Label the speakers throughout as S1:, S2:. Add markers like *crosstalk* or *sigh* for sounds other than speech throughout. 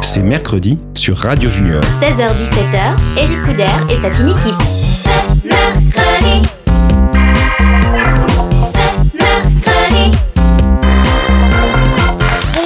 S1: c'est mercredi sur Radio Junior.
S2: 16h-17h, Eric Couder et sa fine équipe. C'est mercredi. C'est mercredi.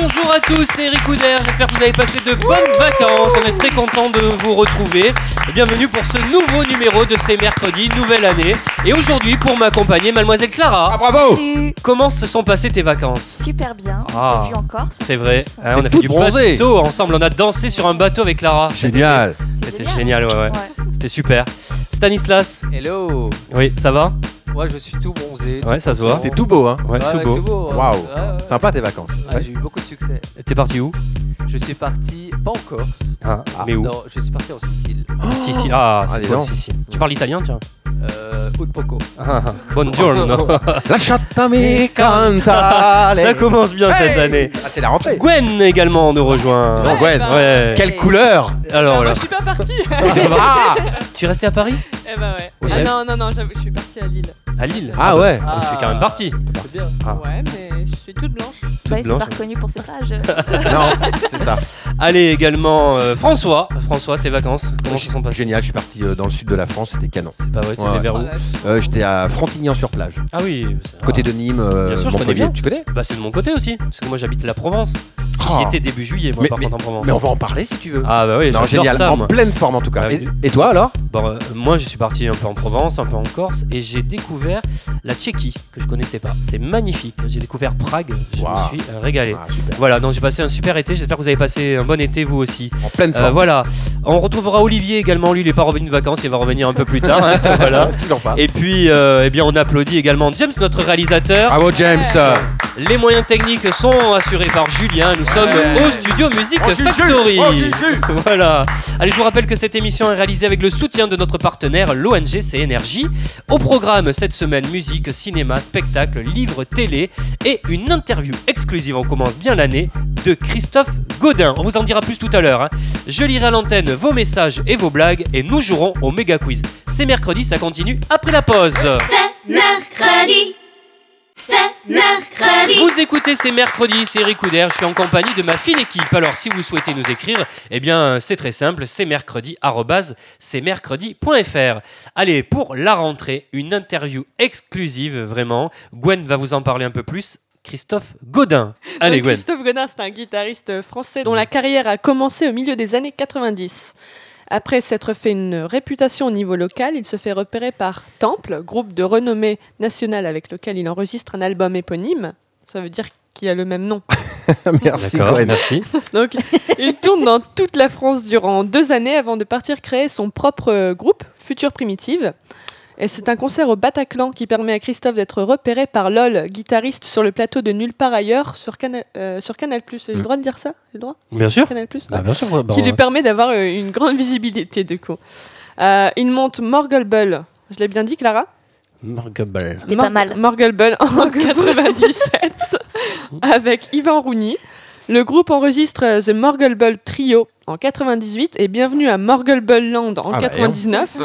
S3: Bonjour à tous, c'est Eric Couder. J'espère que vous avez passé de bonnes vacances. On est très content de vous retrouver. Bienvenue pour ce nouveau numéro de ces mercredis, nouvelle année. Et aujourd'hui, pour m'accompagner, Mademoiselle Clara.
S1: bravo
S4: Salut.
S3: Comment se sont passées tes vacances
S4: Super bien, on
S3: Ah.
S4: s'est vu en Corse.
S3: C'est vrai, hein, on a fait
S5: toute
S3: du
S5: bronzée.
S3: bateau ensemble. On a dansé sur un bateau avec Clara.
S5: Génial.
S3: C'était génial, ouais, ouais. C'était super. Stanislas,
S6: Hello
S3: oui, ça va
S6: Ouais, je suis tout bronzé.
S3: Ouais, ça se voit.
S5: T'es tout beau, hein
S3: Ouais, tout beau.
S5: Waouh.
S6: Waouh
S5: Sympa tes vacances.
S6: Ah, J'ai eu beaucoup de succès.
S3: T'es parti où
S6: Je suis parti, pas en Corse.
S3: Ah, Mais où
S6: Non, je suis parti en Sicile.
S3: Sicile. Ah,
S5: Ah,
S3: c'est
S5: dis
S3: quoi,
S5: donc.
S3: Sicile Tu parles italien, tiens
S6: Euh, Utpoco.
S3: Ah, ah, *laughs* Buongiorno.
S5: La chatte mi canta.
S3: Ça commence bien cette année.
S5: Ah, c'est la rentrée.
S3: Gwen également nous rejoint.
S5: Non,
S7: Eh
S5: Gwen.
S3: Ah Ouais. Oh
S5: Quelle couleur
S3: Alors
S7: ben, Moi,
S3: voilà.
S7: je suis pas partie.
S3: *laughs*
S5: Ah,
S3: Tu es resté à Paris
S7: eh ben ouais.
S3: Vous
S7: Ah
S3: savez-
S7: non, non, non, j'avoue, je suis partie à Lille.
S3: À Lille
S5: ah ouais.
S3: Ah, *laughs* je suis quand même parti.
S6: C'est bien.
S3: Ah.
S7: Ouais, mais je suis toute blanche.
S3: Toute
S4: c'est pas
S3: blanche.
S4: reconnu pour ses plages.
S5: Non, c'est ça.
S3: Allez également euh, François. François, tes vacances, comment se sont passées
S5: Génial, je suis parti euh, dans le sud de la France, c'était canon.
S3: C'est pas vrai, tu
S5: Ouais,
S3: étais
S5: ouais.
S3: vers où
S7: Ah, là, je-
S5: Euh, J'étais à Frontignan-sur-plage,
S3: Ah oui. c'est-
S5: côté
S3: ah.
S5: de Nîmes, euh,
S3: Bien sûr, je connais
S5: Montpellier.
S3: bien.
S5: Tu connais
S3: Bah c'est de Ah. mon côté aussi, parce que moi j'habite la Provence.
S5: Oh.
S3: J'y étais début juillet, moi
S5: Mais-
S3: par contre en Provence.
S5: Mais on va en parler si tu veux.
S3: Ah bah oui,
S5: non,
S3: j'adore
S5: génial,
S3: ça.
S5: en
S3: moi.
S5: pleine forme en tout cas.
S3: Ah,
S5: Et, et toi alors
S3: Bon, euh, moi, je suis parti un peu en Provence, un peu en Corse, et j'ai découvert la Tchéquie que je connaissais pas. C'est magnifique. J'ai découvert Prague. Je
S5: Waouh.
S3: me suis euh, régalé.
S5: Ah, super.
S3: Voilà, donc j'ai passé un super été. J'espère que vous avez passé un bon été vous aussi.
S5: En pleine
S3: Euh,
S5: forme.
S3: voilà, on retrouvera Olivier également. Lui, il est pas revenu de vacances, il va revenir un peu plus tard. hein. *laughs* voilà.
S5: Toujours pas.
S3: Et puis, euh, eh bien, on applaudit également James, notre réalisateur.
S5: Bravo James.
S3: Les moyens techniques sont assurés par Julien. Nous sommes au studio Musique
S5: Oh, Juju
S3: Factory.
S5: Oh, Juju
S3: *laughs* voilà. Allez, je vous rappelle que cette émission est réalisée avec le soutien de notre partenaire, l'ONG CNRJ. Au programme cette semaine, musique, cinéma, spectacle, livre, télé et une interview exclusive. On commence bien l'année de Christophe Godin. On vous en dira plus tout à l'heure. hein. Je lirai à l'antenne vos messages et vos blagues et nous jouerons au méga quiz. C'est mercredi, ça continue après la pause.
S2: C'est mercredi. C'est mercredi.
S3: Vous écoutez, c'est mercredi, c'est Eric Couder, je suis en compagnie de ma fine équipe. Alors si vous souhaitez nous écrire, eh bien c'est très simple, c'est mercredi, arrobase, c'est mercredi.fr. Allez, pour la rentrée, une interview exclusive, vraiment. Gwen va vous en parler un peu plus. Christophe Godin. Allez,
S7: Donc,
S3: Gwen.
S7: Christophe Godin, c'est un guitariste français dont la carrière a commencé au milieu des années 90. Après s'être fait une réputation au niveau local, il se fait repérer par Temple, groupe de renommée nationale avec lequel il enregistre un album éponyme. Ça veut dire qu'il a le même nom.
S5: *laughs* Merci
S3: D'accord,
S5: Gwen.
S3: merci.
S7: Donc, il tourne dans toute la France durant deux années avant de partir créer son propre euh, groupe, Future Primitive. Et c'est un concert au Bataclan qui permet à Christophe d'être repéré par LOL, guitariste sur le plateau de Nulle part ailleurs sur, Cana- euh, sur Canal+. J'ai le
S5: Mm.
S7: droit de dire ça J'ai le droit
S3: Bien sûr.
S7: Canal+. ouais
S3: Bah, bien sûr. ouais, bah,
S7: qui lui permet d'avoir euh, une grande *laughs* visibilité du coup. Euh, il monte Morgulbull, je l'ai bien dit Clara
S3: Margable.
S4: C'était pas mal.
S7: Morgulbull en 97 avec Yvan Rouni. Le groupe enregistre euh, The Morgulbull Trio en 98 et Bienvenue à Morgulbull Land en
S5: Ah bah,
S7: 99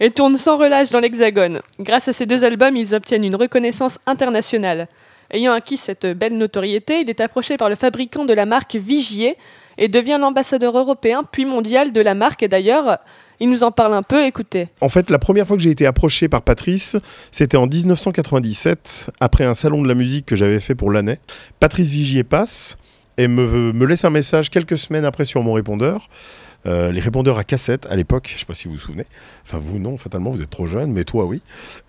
S7: et tourne sans relâche dans l'Hexagone. Grâce à ces deux albums, ils obtiennent une reconnaissance internationale. Ayant acquis cette belle notoriété, il est approché par le fabricant de la marque Vigier et devient l'ambassadeur européen puis mondial de la marque. Et d'ailleurs, il nous en parle un peu, écoutez.
S8: En fait, la première fois que j'ai été approché par Patrice, c'était en 1997, après un salon de la musique que j'avais fait pour l'année. Patrice Vigier passe et me, me laisse un message quelques semaines après sur mon répondeur. Euh, les répondeurs à cassette à l'époque, je ne sais pas si vous vous souvenez, enfin vous non, fatalement vous êtes trop jeune, mais toi oui,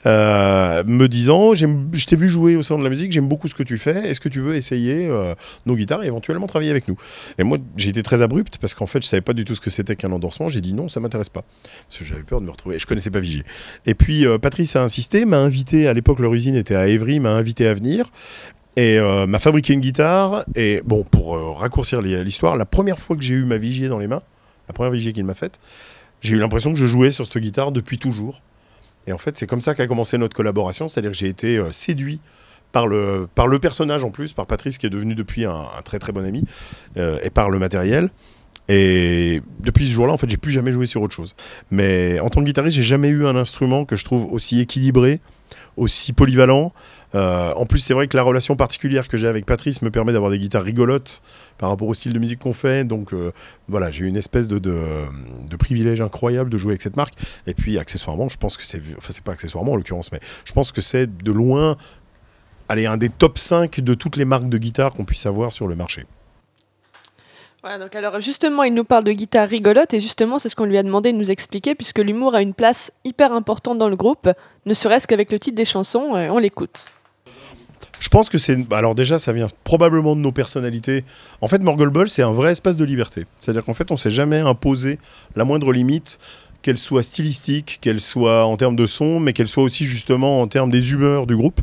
S8: Euh, me disant j'aime- Je t'ai vu jouer au salon de la musique, j'aime beaucoup ce que tu fais, est-ce que tu veux essayer euh, nos guitares et éventuellement travailler avec nous Et moi j'ai été très abrupte parce qu'en fait je savais pas du tout ce que c'était qu'un endorsement, j'ai dit non, ça m'intéresse pas parce que j'avais peur de me retrouver. Je connaissais pas Vigier. Et puis euh, Patrice a insisté, m'a invité. À l'époque, leur usine était à Évry, m'a invité à venir. Et euh, m'a fabriqué une guitare. Et bon, pour euh, raccourcir les- l'histoire, la première fois que j'ai eu ma Vigier dans les mains, la première Vigier qu'il m'a faite, j'ai eu l'impression que je jouais sur cette guitare depuis toujours. Et en fait, c'est comme ça qu'a commencé notre collaboration. C'est-à-dire que j'ai été euh, séduit par le, par le personnage en plus, par Patrice qui est devenu depuis un, un très très bon ami, euh, et par le matériel. Et depuis ce jour-là, en fait, j'ai plus jamais joué sur autre chose. Mais en tant que guitariste, j'ai jamais eu un instrument que je trouve aussi équilibré, aussi polyvalent. Euh, en plus, c'est vrai que la relation particulière que j'ai avec Patrice me permet d'avoir des guitares rigolotes par rapport au style de musique qu'on fait. Donc euh, voilà, j'ai eu une espèce de, de, de privilège incroyable de jouer avec cette marque. Et puis, accessoirement, je pense que c'est. Enfin, c'est pas accessoirement en l'occurrence, mais je pense que c'est de loin. Allez, un des top 5 de toutes les marques de guitare qu'on puisse avoir sur le marché.
S7: Voilà, donc alors justement, il nous parle de guitare rigolote et justement, c'est ce qu'on lui a demandé de nous expliquer puisque l'humour a une place hyper importante dans le groupe, ne serait-ce qu'avec le titre des chansons, euh, on l'écoute.
S8: Je pense que c'est. bah, Alors, déjà, ça vient probablement de nos personnalités. En fait, Morgul Ball, c'est un vrai espace de liberté. C'est-à-dire qu'en fait, on s'est jamais imposé la moindre limite, qu'elle soit stylistique, qu'elle soit en termes de son, mais qu'elle soit aussi justement en termes des humeurs du groupe.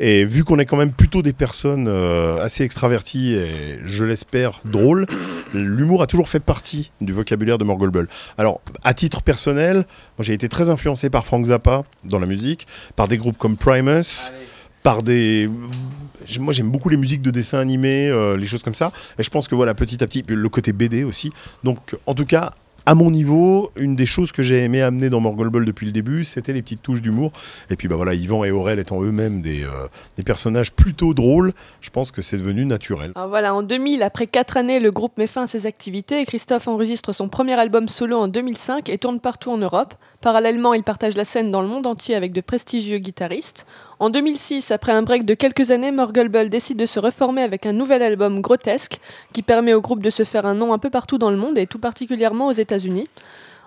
S8: Et vu qu'on est quand même plutôt des personnes euh, assez extraverties et, je l'espère, drôles, l'humour a toujours fait partie du vocabulaire de Morgul Ball. Alors, à titre personnel, moi, j'ai été très influencé par Frank Zappa dans la musique, par des groupes comme Primus par des. j'ai- Moi, j'aime beaucoup les musiques de dessins animés, euh, les choses comme ça. Et je pense que voilà, petit à petit, le côté BD aussi. Donc, en tout cas. À mon niveau, une des choses que j'ai aimé amener dans Morgul Ball depuis le début, c'était les petites touches d'humour. Et puis, bah voilà, Yvan et Aurel étant eux-mêmes des, euh, des personnages plutôt drôles, je pense que c'est devenu naturel.
S7: Alors Ah, voilà, en 2000, après 4 années, le groupe met fin à ses activités et Christophe enregistre son premier album solo en 2005 et tourne partout en Europe. Parallèlement, il partage la scène dans le monde entier avec de prestigieux guitaristes. En 2006, après un break de quelques années, Morgulbull décide de se reformer avec un nouvel album grotesque qui permet au groupe de se faire un nom un peu partout dans le monde et tout particulièrement aux États-Unis.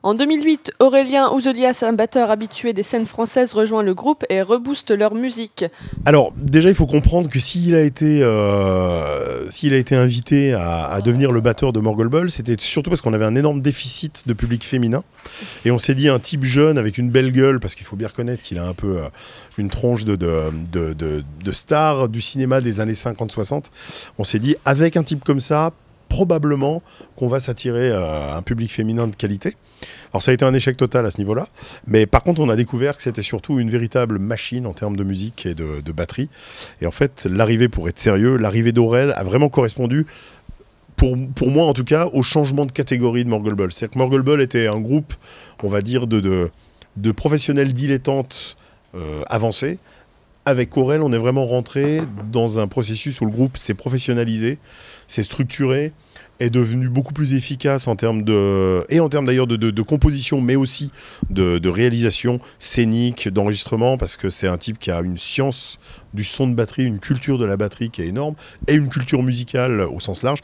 S7: En 2008, Aurélien Ouzelias, un batteur habitué des scènes françaises, rejoint le groupe et rebooste leur musique.
S8: Alors, déjà, il faut comprendre que s'il a été, euh, s'il a été invité à, à devenir le batteur de Morgul Ball, c'était surtout parce qu'on avait un énorme déficit de public féminin. Et on s'est dit, un type jeune avec une belle gueule, parce qu'il faut bien reconnaître qu'il a un peu euh, une tronche de, de, de- de- de star du cinéma des années 50-60, on s'est dit, avec un type comme ça, probablement qu'on va s'attirer euh, un public féminin de qualité. Alors ça a été un échec total à ce niveau-là. Mais par contre, on a découvert que c'était surtout une véritable machine en termes de musique et de, de batterie. Et en fait, l'arrivée, pour être sérieux, l'arrivée d'Aurel a vraiment correspondu, pour, pour moi en tout cas, au changement de catégorie de Morgul Ball. C'est-à-dire que Morgul Ball était un groupe, on va dire, de, de, de professionnels dilettantes euh, avancés. Avec Aurel, on est vraiment rentré dans un processus où le groupe s'est professionnalisé, s'est structuré, est devenu beaucoup plus efficace en termes de et en termes d'ailleurs de- de- de composition, mais aussi de, de réalisation scénique, d'enregistrement, parce que c'est un type qui a une science du son de batterie, une culture de la batterie qui est énorme, et une culture musicale au sens large.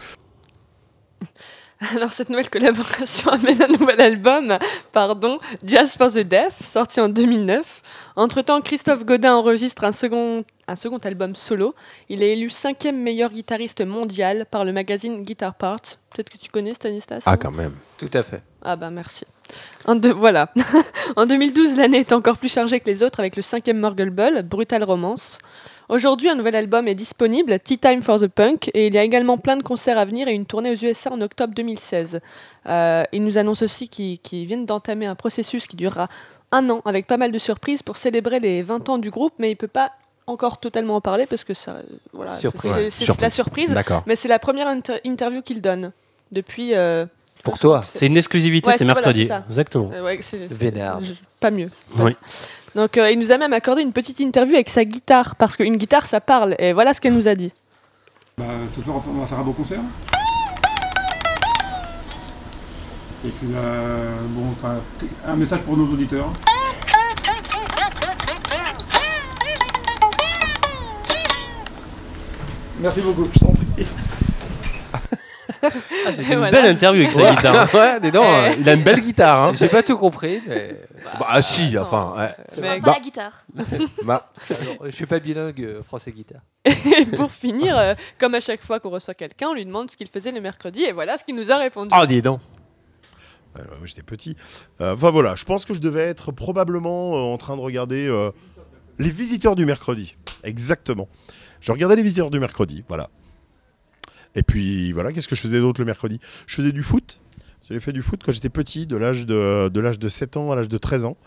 S7: *laughs* Alors cette nouvelle collaboration *laughs* amène un nouvel album, pardon, Dias for the Deaf, sorti en 2009. Entre-temps, Christophe Godin enregistre un second, un second album solo. Il est élu cinquième meilleur guitariste mondial par le magazine Guitar Parts. Peut-être que tu connais Stanislas non
S5: même.
S6: Tout à fait.
S7: Ah bah merci. En deux- voilà. *laughs* en 2012, l'année est encore plus chargée que les autres avec le cinquième Morgul Ball, Brutal Romance. Aujourd'hui, un nouvel album est disponible, Tea Time for the Punk, et il y a également plein de concerts à venir et une tournée aux USA en octobre 2016. Euh, il nous annonce aussi qu'ils qu'ils viennent d'entamer un processus qui durera un an avec pas mal de surprises pour célébrer les 20 ans du groupe, mais il peut pas encore totalement en parler parce que ça, voilà, c'est-
S6: Surprise.
S7: c'est
S5: Ouais,
S7: c'est
S5: surprise.
S7: la surprise.
S5: D'accord.
S7: Mais c'est la première inter- interview qu'il donne depuis. euh,
S6: Pour toi.
S3: C'est une exclusivité,
S7: Ouais,
S3: c'est
S7: c'est- voilà,
S3: mercredi.
S7: c'est ça.
S3: Exactement.
S7: euh, ouais, c'est- c'est-
S6: Vénard.
S7: je- Pas mieux.
S3: Oui.
S7: Donc euh, il nous a même accordé une petite interview avec sa guitare, parce qu'une guitare ça parle, et voilà ce qu'elle nous a dit.
S4: Bah, ce soir, on va faire un beau concert. Et puis, euh, bon, enfin, un message pour nos auditeurs. Merci beaucoup.
S3: Ah, c'est
S7: Et
S3: *laughs* une
S7: voilà.
S3: belle interview avec sa guitare.
S5: *laughs* ouais, dis donc,
S7: Eh.
S5: il a une belle guitare. Hein.
S6: J'ai pas tout compris, mais
S5: Bah si, enfin. ouais.
S7: Mais-
S5: Bah.
S2: Pas la guitare.
S5: Bah,
S6: Alors, je suis pas bilingue euh, français guitare.
S7: et pour finir, euh, comme à chaque fois qu'on reçoit quelqu'un, on lui demande ce qu'il faisait le mercredi, et voilà ce qu'il nous a répondu.
S5: oh, dis donc.
S8: Euh, moi, J'étais petit. Euh, Enfin voilà, je pense que je devais être probablement euh, en train de regarder euh, Les Visiteurs du Mercredi. Exactement. Je regardais Les Visiteurs du Mercredi, voilà. Et puis voilà, qu'est-ce que je faisais d'autre le mercredi Je faisais du foot J'ai fait du foot quand j'étais petit, de l'âge de, de l'âge de 7 ans à l'âge de 13 ans.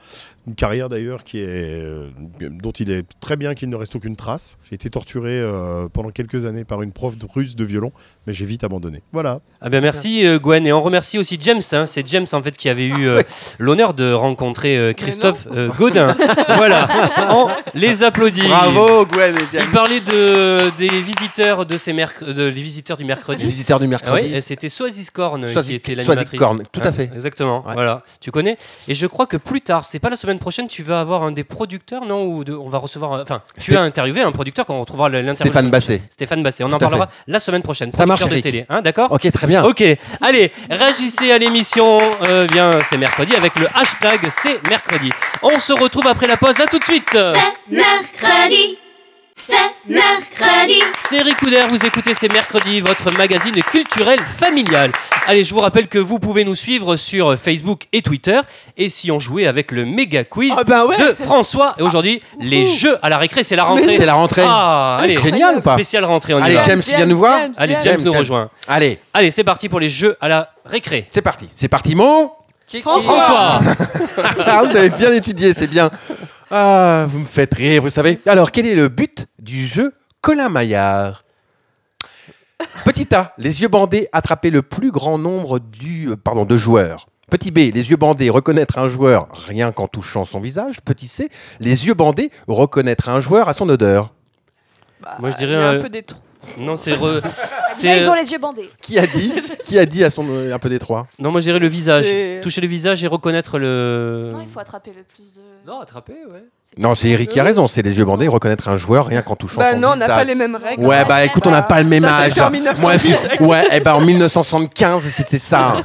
S8: Une carrière d'ailleurs qui est, euh, dont il est très bien qu'il ne reste aucune trace. J'ai été torturé euh, pendant quelques années par une prof de- russe de violon, mais j'ai vite abandonné. Voilà.
S3: Ah ben merci euh, Gwen et on remercie aussi James. hein. C'est James en fait qui avait eu euh, l'honneur de rencontrer euh, Christophe euh, Godin. voilà, on les applaudit.
S5: Bravo, Gwen et
S3: Il
S5: James.
S3: parlait de, des visiteurs de ces merc- de, les visiteurs du
S5: Les
S3: mercredi.
S5: visiteurs du
S3: Ah
S5: mercredi.
S3: oui, et c'était Soazis Korn
S5: Soaziz-
S3: qui était
S5: Soaziz
S3: l'animatrice.
S5: Korn, tout à fait.
S3: Exactement.
S5: Ouais.
S3: Voilà, tu connais. Et je crois que plus tard, c'est pas la semaine prochaine, tu vas avoir un des producteurs, non Ou de- on va recevoir, un- enfin, tu
S5: Sté-
S3: as interviewé un producteur qu'on retrouvera l'interview.
S5: Stéphane Basset.
S3: Stéphane Basset. On en
S5: à
S3: parlera la semaine prochaine.
S5: Ça marche,
S3: Producteur de
S5: Eric.
S3: télé, hein, d'accord
S5: Ok, très bien.
S3: Ok, allez, réagissez à l'émission, euh, bien c'est mercredi, avec le hashtag c'est mercredi. On se retrouve après la pause, à tout de suite
S5: Euh.
S2: C'est mercredi. C'est mercredi.
S3: C'est Eric Couder, vous écoutez C'est mercredi, votre magazine culturel familial. Allez, je vous rappelle que vous pouvez nous suivre sur Facebook et Twitter, et si on jouait avec le méga quiz
S7: Ah ben ouais
S3: de François, et aujourd'hui, les jeux à la récré, c'est la rentrée
S5: C'est la rentrée.
S3: Ah, allez,
S5: Génial ou pas
S3: spéciale rentrée, on y
S5: Allez,
S3: va.
S5: Ah, James, tu viens nous voir
S3: Allez, James,
S5: James,
S3: nous
S5: James.
S3: rejoint.
S5: Allez,
S3: Allez, c'est parti pour les jeux à la récré.
S5: c'est parti. C'est parti, mon.
S3: François
S5: Ah, vous avez bien étudié, c'est bien. Ah, vous me faites rire, vous savez. Alors, quel est le but du jeu Colin Maillard Petit A, les yeux bandés, attraper le plus grand nombre du, euh, pardon, de joueurs. Petit B, les yeux bandés, reconnaître un joueur rien qu'en touchant son visage. Petit C, les yeux bandés, reconnaître un joueur à son odeur.
S7: Bah,
S3: Moi, je dirais,
S7: il y a un
S3: euh,
S7: peu des trous.
S3: Non, c'est... re-
S9: Déjà,
S3: c'est-
S9: Bah,
S3: euh,
S9: ils ont les yeux bandés.
S5: Qui a dit Qui a dit à son euh, un peu détroit
S3: Non, moi je dirais le visage.
S7: C'est-
S3: Toucher le visage et reconnaître le.
S5: euh,
S9: Non, il faut attraper le plus de.
S6: Non, attrapé, ouais.
S5: Non, c'est Eric qui a raison. C'est les yeux bandés, reconnaître un joueur rien qu'en touchant
S7: Bah
S5: son
S7: non, on
S5: visage.
S7: n'a pas les mêmes règles.
S5: Ouais, bah écoute, on n'a pas le même
S7: Ça,
S5: âge.
S7: c'était en 1910.
S5: Moi, excuse- ouais, eh ben en 1975, c'était ça.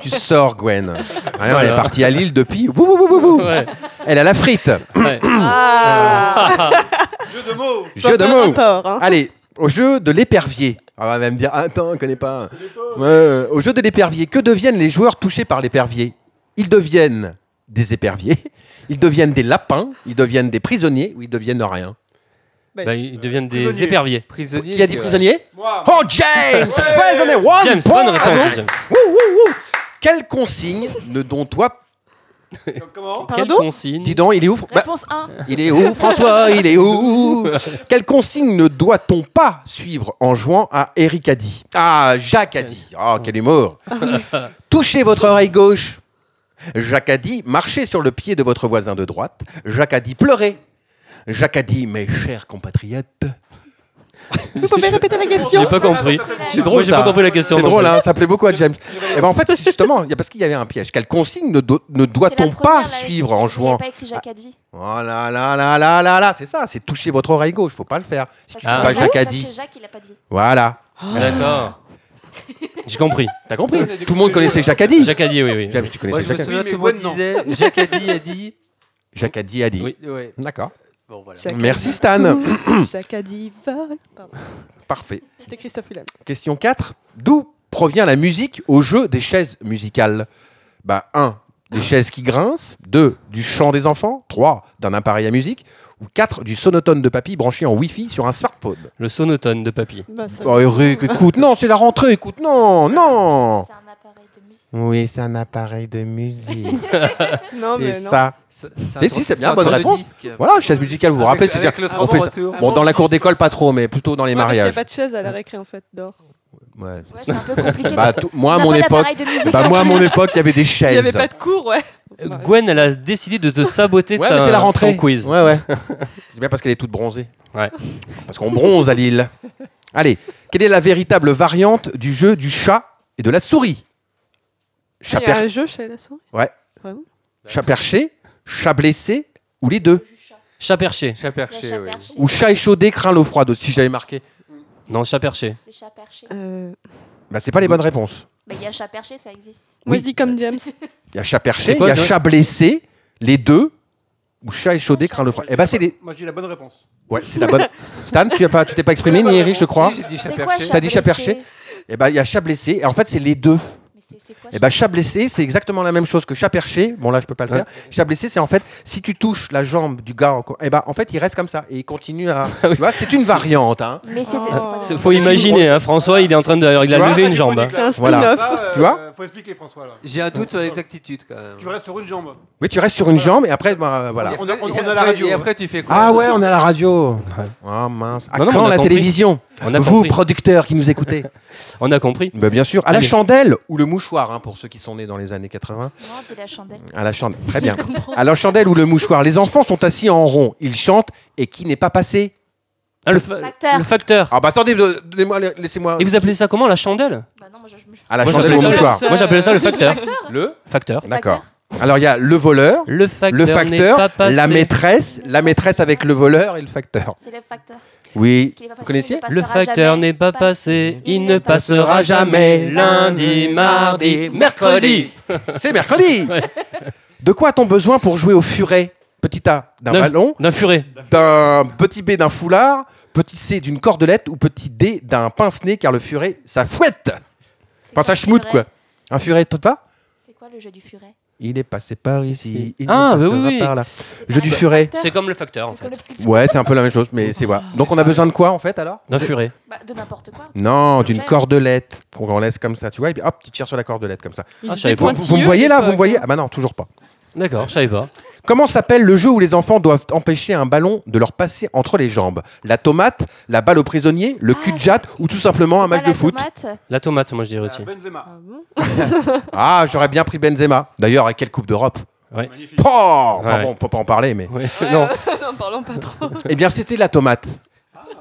S5: tu sors, Gwen. Ouais, Elle est partie à Lille depuis. Bouh, bouh, bouh, bouh, bouh.
S3: Ouais.
S5: Elle a la frite.
S3: Ouais.
S7: Ah,
S5: *laughs* Jeu de
S7: pas
S5: mots.
S7: rapport, hein.
S5: Allez, au jeu de l'épervier. On va me dire, attends, on connaît pas. Ouais, euh, au jeu de l'épervier, que deviennent les joueurs touchés par l'épervier Ils deviennent des éperviers, *laughs* ils deviennent des lapins, ils deviennent des prisonniers ou ils deviennent rien.
S3: Bah, ils deviennent des
S6: Prisonnier.
S3: éperviers.
S6: Prisonnier.
S5: Qui a dit
S6: ouais.
S5: prisonnier
S4: Moi
S5: Oh, James Prisonnier, one
S3: James,
S5: point
S3: bonne
S5: Ah non
S3: réponse. James.
S5: Wouh, wouh, wouh. Quelle consigne ne dont-toi
S4: Comment
S3: Quelle
S7: Pardon
S3: consigne
S5: Dis donc, il est ouf.
S9: Réponse 1.
S5: il est où, François Il est où Quelle consigne ne doit-on pas suivre en jouant à Eric Addy Ah, Jacques Addy. Oh, quel humour Touchez votre oreille gauche. Jacques Addy, marchez sur le pied de votre voisin de droite. Jacques Addy, pleurez. Jacques Addy, mes chers compatriotes.
S7: Vous pouvez répéter la
S3: J'ai
S7: question
S3: pas compris.
S5: C'est
S3: Moi
S5: drôle,
S3: j'ai pas
S5: ça.
S3: compris la question.
S5: C'est
S3: non
S5: drôle,
S3: plus.
S5: hein, ça plaît beaucoup à James. Et ben, en fait, c'est justement, il y a- parce qu'il y avait un piège. Quelle consigne ne, do- ne doit-on pas suivre en jouant
S9: pas écrit Jacadi.
S5: Oh là là là là là là, c'est ça, c'est toucher votre oreille gauche, faut pas le faire. Si tu
S3: Ah.
S5: touches pas
S9: Jacques
S5: Jacques dit.
S9: Jacques, il a pas dit.
S5: Voilà.
S3: D'accord. *laughs* J'ai compris.
S5: T'as compris Tout le monde connaissait Jacques Addy.
S3: Jacques a dit oui, oui.
S5: James, tu
S6: Moi,
S5: connaissais
S6: je me
S5: Jacques
S6: souviens,
S4: Oui,
S6: tout le
S4: mais
S6: monde
S4: Gwen, non.
S6: disait. Jacques a dit, a dit.
S5: Jacques Addy a dit.
S3: Oui.
S6: Ouais.
S5: D'accord.
S6: Bon, voilà.
S7: Jacques
S5: Merci
S7: a
S5: Stan.
S7: dit- Jacques a dit
S5: *clears throat*
S7: vol. Pardon,
S5: Parfait.
S7: C'était Christophe Willem.
S5: Question 4. D'où provient la musique au jeu des chaises musicales Bah 1. Des chaises qui grincent. 2. Du chant des enfants. 3. D'un appareil à musique. Ou 4. Du sonotone de papy branché en Wi-Fi sur un smartphone.
S3: Le sonotone de papy.
S7: Bah, ça-
S5: Oh Eric, écoute, non, c'est la rentrée, écoute, non, non
S9: C'est un appareil de musique.
S5: Oui, c'est un appareil de musique.
S7: Non,
S5: C'est
S7: mais non.
S5: ça. Si, si, c'est bien, bonne réponse. Voilà, chaise musicale, vous vous rappelez, c'est
S6: Ah, Avec le
S5: on fait ça.
S6: retour.
S5: Bon, dans la cour d'école, pas trop, mais plutôt dans les
S7: Ouais, parce qu'il y a
S5: mariages.
S7: pas de chaise à la récré en fait, d'or.
S5: Ouais.
S9: Ouais, c'est un peu compliqué.
S5: Bah, tout- moi, à
S9: On n'a
S5: mon
S9: pas
S5: époque,
S9: d'appareil de musique.
S5: bah, moi, à mon époque, il y avait des
S7: Il n'y avait
S5: chaises.
S7: pas de cours, ouais.
S3: Euh, Gwen, elle a décidé de te saboter
S5: Ouais,
S3: ta-
S5: mais c'est la rentrée.
S3: euh, ton quiz.
S5: Ouais, ouais. *laughs* C'est bien parce qu'elle est toute bronzée.
S3: Ouais.
S5: Parce qu'on bronze à Lille. Allez, quelle est la véritable variante du jeu du chat et de la souris
S7: Il
S5: Chat,
S7: y a
S5: per-
S7: un jeu chez la souris.
S5: chat perché, chat blessé ou les deux
S3: Chat perché.
S6: Chat
S9: Les
S6: perché,
S9: chats
S6: oui.
S9: perchés.
S5: Ou chat échaudé craint l'eau froide aussi, j'avais marqué.
S3: Non, chat perché.
S2: Ah,
S9: Les chats perchés.
S7: Euh,
S5: Bah, c'est pas les bonnes réponses.
S9: Bah, il y a chat perché, ça existe.
S7: Moi
S5: Oui.
S7: je dis comme James.
S5: Il y a chat perché,
S3: C'est
S5: il
S3: quoi,
S5: y a
S3: toi
S5: chat blessé, les deux, ou chat échaudé, craint le froid. Eh ben c'est les...
S4: Moi j'ai la bonne réponse.
S5: Ouais, c'est la
S4: *laughs*
S5: bonne... Stan, tu as pas- tu t'es pas exprimé, ni Eric, je crois.
S6: Si, j'ai dit chat
S9: C'est quoi
S6: perché.
S9: chat
S5: T'as dit chat
S9: blessé
S5: perché Eh ben il y a chat blessé, et en fait, c'est les deux.
S9: Mais c'est- c'est C'est quoi
S5: Et bah, chat blessé, c'est exactement la même chose que chat perché. Bon, là, je peux pas le faire. Chat blessé, c'est en fait, si tu touches la jambe du gars, et bah, en fait, il reste comme ça et il continue
S3: *laughs*
S5: à.
S3: Ah
S5: tu vois, c'est une variante. Hein.
S9: Mais c'était.
S7: Oh.
S9: c'est pas grave.
S3: C'est- Faut imaginer, hein, François, il est en train de, il
S5: Tu vois,
S3: a levé une jambe. hein.
S7: C'est un spin-off.
S5: Voilà. Tu vois
S4: Faut expliquer, François. Là.
S6: J'ai un doute sur l'exactitude quand même.
S4: Tu restes sur une jambe.
S5: Oui, tu restes sur une jambe et après, bah, voilà.
S4: On a- on- on a la
S6: Et après-
S4: radio,
S6: Et
S4: hein.
S6: après, tu fais quoi
S5: Ah ouais, on a la radio. Ah mince. À
S3: Non, non, mais
S5: quand
S3: on a
S5: la
S3: compris.
S5: télévision
S3: On a
S5: Vous,
S3: compris.
S5: producteurs qui
S3: *laughs*
S5: nous écoutez.
S3: On a compris.
S5: Bah, bien sûr. À la
S3: Allez.
S5: chandelle ou le mouchoir, hein, pour ceux qui sont nés dans les années 80.
S9: Non, on dit la chandelle.
S5: À la chandelle. Très bien. À la chandelle ou le mouchoir. Les enfants sont assis en rond. Ils chantent et qui n'est pas passé
S3: Ah, le, fa-
S9: Facteur.
S3: le facteur.
S5: Ah bah attendez, euh, donnez-moi le- laissez-moi.
S3: Et vous appelez ça comment La chandelle
S9: Bah non, moi je. je-
S5: À la
S3: Moi,
S5: chandelle
S3: j'appelle
S5: ou le
S3: ça-
S5: mouchoir.
S3: Moi j'appelle ça le facteur.
S5: Le
S3: Facteur.
S5: D'accord. Alors il y a le voleur,
S3: Le facteur.
S5: le
S3: n'est
S5: facteur,
S3: pas passé.
S5: la maîtresse, la maîtresse avec le voleur et le facteur.
S9: C'est le facteur. Parce
S5: Oui.
S9: qu'il est
S5: Vous
S9: pas passé,
S5: connaissiez
S9: il passera
S3: Le facteur
S9: jamais.
S3: n'est pas
S9: Pas-
S3: passé, il ne passera jamais. Lundi, mardi, mercredi.
S5: C'est mercredi.
S3: *laughs* Ouais.
S5: De quoi a-t-on besoin pour jouer au furet Petit A d'un
S3: Neuf.
S5: ballon,
S3: D'un furet.
S5: d'un petit B d'un foulard, petit C d'une cordelette ou petit D d'un pince-nez car le furet ça fouette.
S9: C'est
S5: Enfin ça
S9: le
S5: schmoute
S9: furet
S5: quoi. Un furet tout pas
S9: C'est quoi le jeu du furet
S5: Il est passé par ici. Il
S3: Ah,
S5: est
S3: bah
S5: passé
S3: oui, oui.
S5: par là.
S9: C'est
S5: Jeu du
S9: pareil que le
S5: furet.
S9: facteur
S3: C'est comme le facteur en
S9: C'est comme
S3: fait.
S9: le petit-
S5: Ouais, c'est un peu la même chose, mais c'est
S9: Ah.
S5: voilà. Donc on a besoin de quoi en fait alors
S3: D'un furet.
S9: bah, De n'importe quoi.
S5: Non, d'une
S9: Ouais.
S5: cordelette qu'on laisse comme ça, tu vois, et puis hop, tu tires sur la cordelette comme ça.
S7: Ils
S3: Ah, je
S7: étaient
S3: savais pas.
S5: Vous,
S3: Point
S5: vous
S7: pointilleux,
S5: me voyez
S7: à
S5: là, vous
S7: l'époque,
S5: me voyez
S7: hein.
S5: Ah bah non, toujours pas.
S3: D'accord, je savais pas.
S5: Comment s'appelle le jeu où les enfants doivent empêcher un ballon de leur passer entre les jambes La tomate, la balle au prisonnier, le
S9: Ah,
S5: cul de jatte ou tout simplement un match
S9: Pas
S5: de
S9: la
S5: foot
S9: tomate.
S3: La tomate, moi je dirais
S9: Ah,
S3: aussi.
S4: Benzema.
S5: Ah, j'aurais bien pris Benzema. D'ailleurs, à quelle Coupe d'Europe
S4: Magnifique.
S5: Oh Enfin
S3: Ouais.
S5: bon, on peut pas en parler,
S9: *laughs*
S5: mais.
S3: Ouais.
S7: *laughs*
S3: Non.
S7: N'en parlons pas trop.
S5: eh bien, c'était la tomate.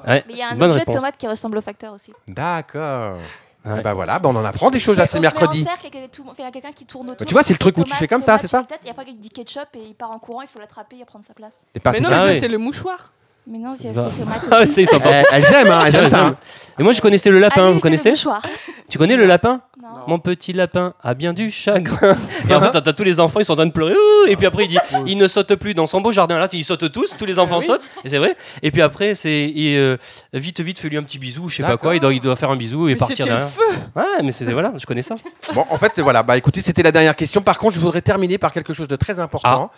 S3: Ouais.
S9: Mais il y a un
S3: Bonne
S9: autre jeu de
S3: réponse.
S9: tomates qui ressemble au facteur aussi.
S5: D'accord.
S3: Ouais.
S5: Eh Bah voilà, bah on en apprend des choses là,
S9: On se
S5: c'est
S9: met en
S5: mercredi.
S9: cercle et que tout le monde- enfin, il y a quelqu'un qui tourne autour.
S5: Bah, tu vois, c'est le truc où tu
S9: Tomate,
S5: fais comme ça,
S9: tomate
S5: c'est
S9: sur
S5: ça
S9: une tête, Et après, il dit ketchup et il part en courant, il faut l'attraper et prendre sa place.
S5: Et par-
S7: Mais non,
S3: Ah
S7: mais
S3: oui.
S7: ça, c'est le mouchoir.
S9: Mais non, c'est
S3: va. *laughs*
S9: c'est tomate.
S3: Ah,
S9: aussi.
S3: c'est sympa.
S5: Eh, *laughs* elles aiment, hein, elles aiment ça. hein.
S3: Et moi je connaissais le lapin, vous
S9: Allez, c'est le
S3: connaissez
S9: mouchoir.
S3: Tu connais le lapin
S9: Non.
S3: Mon petit lapin a bien du
S5: *laughs*
S3: chagrin. Et en fait, t'as- t'as tous les enfants, ils sont en train de pleurer. Ouh Et puis après, il dit, il ne saute plus dans son beau jardin. Là, ils sautent tous, tous les enfants sautent. Et c'est vrai. Et puis après, c'est il, euh, vite, vite, fais-lui un petit bisou, je sais pas quoi. Il doit, il doit faire un bisou et
S7: Mais
S3: partir
S7: c'était le
S3: derrière.
S7: feu.
S3: Ouais, mais c'était voilà, je connais ça.
S5: Bon, en fait, voilà. Bah, écoutez, c'était la dernière question. Par contre, je voudrais terminer par quelque chose de très important.
S3: Ah,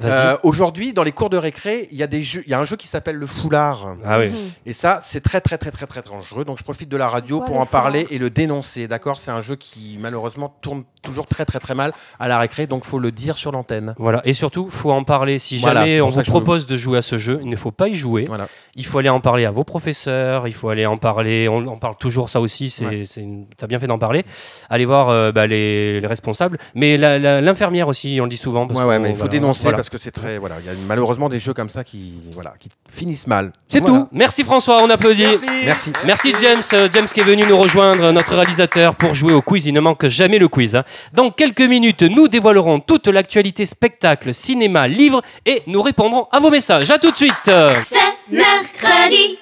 S3: Vas-y.
S5: Euh, Aujourd'hui, dans les cours de récré, il y a des jeux. Il y a un jeu qui s'appelle le foulard.
S3: ah oui.
S5: Et ça, c'est très, très, très, très, très dangereux. Donc, je profite de la radio
S9: Quoi,
S5: pour
S9: le
S5: en
S9: foulard
S5: parler et le dénoncer. D'accord C'est un jeu qui, malheureusement, tourne toujours très, très, très mal à la récré. Donc, faut le dire sur l'antenne.
S3: Voilà, et surtout, faut en parler. Si
S5: Voilà,
S3: jamais
S5: c'est pour
S3: on
S5: ça
S3: vous
S5: que je voulais-
S3: propose de jouer à ce jeu, il ne faut pas y jouer.
S5: Voilà.
S3: Il faut aller en parler à vos professeurs, il faut aller en parler. On en parle toujours, ça aussi, c'est, c'est une- t'as bien fait d'en parler. Allez voir euh, bah, les, les responsables, mais la- la- l'infirmière aussi, on le dit souvent. Parce
S5: Ouais, ouais,
S3: qu'on-
S5: mais il faut
S3: voilà,
S5: dénoncer
S3: voilà.
S5: parce que c'est très. Voilà. Il y a malheureusement des jeux comme ça qui, voilà, qui finissent mal. C'est
S3: Voilà.
S5: tout.
S3: Merci François, on applaudit.
S5: Merci.
S3: Merci James, euh, James qui est venu nous rejoindre, notre réalisateur, pour jouer au quiz. Il ne manque jamais le quiz. hein. Dans quelques minutes, nous dévoilerons toute l'actualité spectacle, cinéma, livre et nous répondrons à vos messages. À tout de suite.
S2: C'est mercredi.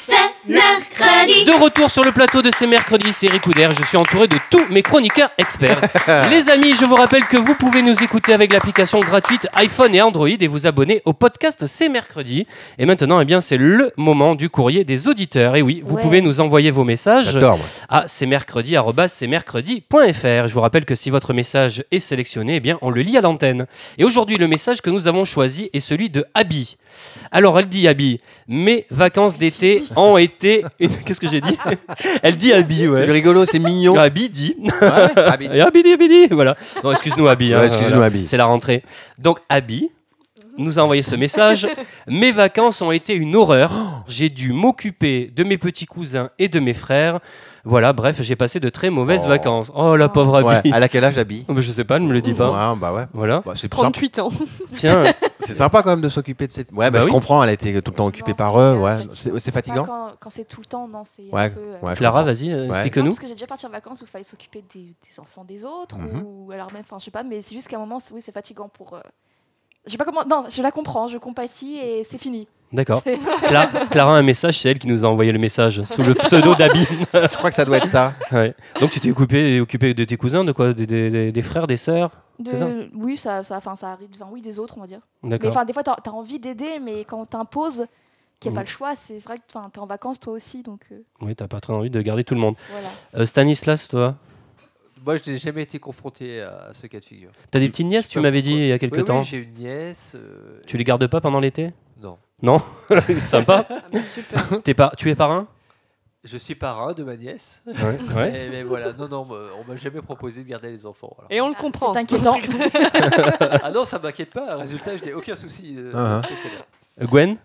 S2: C'est mercredi.
S3: De retour sur le plateau de ces mercredis, c'est Eric Couder. Je suis entouré de tous mes chroniqueurs experts. Les amis, je vous rappelle que vous pouvez nous écouter avec l'application gratuite iPhone et Android et vous abonner au podcast C'est mercredi. Et maintenant, eh bien, c'est le moment du courrier des auditeurs. Et oui, vous
S9: Ouais.
S3: pouvez nous envoyer vos messages
S5: J'adore. moi.
S3: à cmercredi.fr. Je vous rappelle que si votre message est sélectionné, eh bien, on le lit à l'antenne. Et aujourd'hui, le message que nous avons choisi est celui de Abby. Alors, elle dit Abby, mes vacances d'été ont été. *laughs* Qu'est-ce que j'ai dit Elle dit Abby,
S5: C'est
S3: ouais.
S5: rigolo, c'est mignon.
S3: Abby dit.
S5: Ah, mais-
S3: Et Abby dit, Abby dit. Voilà. Non, excuse-nous, Abby. hein,
S5: Ouais, excuse-nous,
S3: voilà.
S5: Abby.
S3: C'est la rentrée. Donc, Abby nous a envoyé ce message.
S5: *laughs*
S3: Mes vacances ont été une horreur. J'ai dû m'occuper de mes petits cousins et de mes frères. Voilà, bref, j'ai passé de très mauvaises
S5: Oh.
S3: vacances. Oh, la pauvre
S5: Ouais,
S3: Abby.
S5: à laquelle âge habille
S3: Oh, mais *laughs* Je sais pas, ne me le dis pas.
S5: Ouais, bah ouais.
S3: Voilà.
S5: Bah, c'est sympa.
S7: 38
S3: *laughs*
S7: ans.
S3: Tiens,
S5: C'est sympa quand même de s'occuper de cette. Ouais, bah,
S3: Bah
S5: je
S3: oui.
S5: comprends, elle a été tout le temps occupée
S9: Non,
S5: par
S9: c'est,
S5: eux.
S9: euh,
S5: Ouais.
S9: fatigant.
S5: C'est c'est
S9: Pas
S5: fatigant.
S9: quand, quand c'est tout le temps, non, c'est
S5: Ouais,
S9: un peu. euh,
S5: ouais, je
S3: Clara,
S5: comprends.
S3: vas-y, euh,
S5: Ouais.
S9: non,
S3: explique-nous.
S9: parce que j'ai déjà parti en vacances où il fallait s'occuper des, des enfants des autres,
S5: Mhm.
S9: ou alors même, enfin, je sais pas, mais c'est juste qu'à un moment, c'est- oui, c'est fatigant pour. euh, Je sais pas comment. Non, je la comprends, je compatis et c'est fini.
S3: D'accord.
S9: C'est-
S3: Cla- Clara a un message, c'est elle qui nous a envoyé le message sous le pseudo
S5: *laughs*
S3: d'Abby.
S5: Je crois que ça doit être ça.
S3: Ouais. Donc tu t'es occupé, occupé de tes cousins, de quoi des, des- des- des frères, des sœurs
S9: de-
S3: C'est ça
S9: Euh, Oui, ça, ça, enfin, ça arrive. Enfin, oui, des autres, on va dire. Mais
S3: D'accord.
S9: enfin, des fois, t'as as envie d'aider, mais quand on t'impose qu'il n'y a pas
S3: Mhm.
S9: le choix, c'est vrai que enfin, t'es en vacances toi aussi, donc euh,
S3: Oui, t'as pas très envie de garder tout le monde.
S9: voilà.
S3: Euh, Stanislas, toi
S6: Moi, je n'ai jamais été confronté à ce cas de figure.
S3: T'as des petites nièces,
S6: Je sais
S3: tu
S6: pas
S3: m'avais dit
S6: pourquoi.
S3: il y a quelques
S6: Oui, oui,
S3: temps.
S6: j'ai une nièce. euh,
S3: tu les gardes pas pendant l'été
S6: Non.
S3: Non *laughs* Sympa. T'es pas, tu es parrain
S6: Je suis parrain de ma nièce.
S3: Ouais.
S6: Mais, mais voilà, non, non, me- on m'a jamais proposé de garder les enfants. voilà.
S7: Et on le comprend. *laughs*
S9: C'est inquiétant.
S6: Ah non, ça m'inquiète pas. Résultat, je n'ai aucun souci euh, de
S5: Ah,
S6: ce côté-là.
S3: Euh, Gwen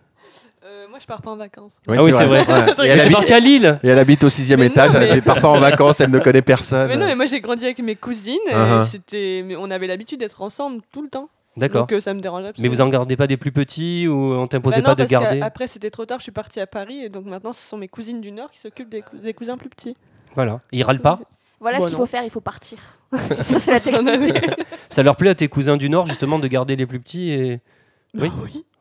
S7: Euh, moi, je pars pas en vacances.
S3: Ah oui, c'est vrai.
S5: Ouais. Et
S3: Elle
S5: elle,
S3: est
S5: habite,
S3: partie à Lille
S5: et elle habite au sixième
S7: Mais non,
S5: étage, elle
S7: mais-
S5: n'est pas en vacances, elle ne connaît personne.
S7: Mais non, mais moi j'ai grandi avec mes cousines et
S5: Ah, Uh-huh.
S7: c'était, mais on avait l'habitude d'être ensemble tout le temps.
S3: D'accord.
S7: Donc euh, ça me dérange
S3: Mais
S7: absolument.
S3: vous en gardez pas des plus petits ou on
S7: Bah
S3: t'imposait
S7: non,
S3: pas de
S7: parce qu'à-
S3: garder
S7: Après c'était trop tard, je suis partie à Paris et donc maintenant ce sont mes cousines du Nord qui s'occupent des, cou- des cousins plus petits.
S3: Voilà. Ils râlent
S7: *laughs*
S3: pas
S9: Voilà
S7: Bon,
S9: ce qu'il
S7: non.
S9: faut faire, il faut partir. *laughs* Ça, c'est la
S7: On
S9: technique.
S7: avait-
S3: Ça leur plaît à tes cousins du Nord justement de garder les plus petits et... Oui,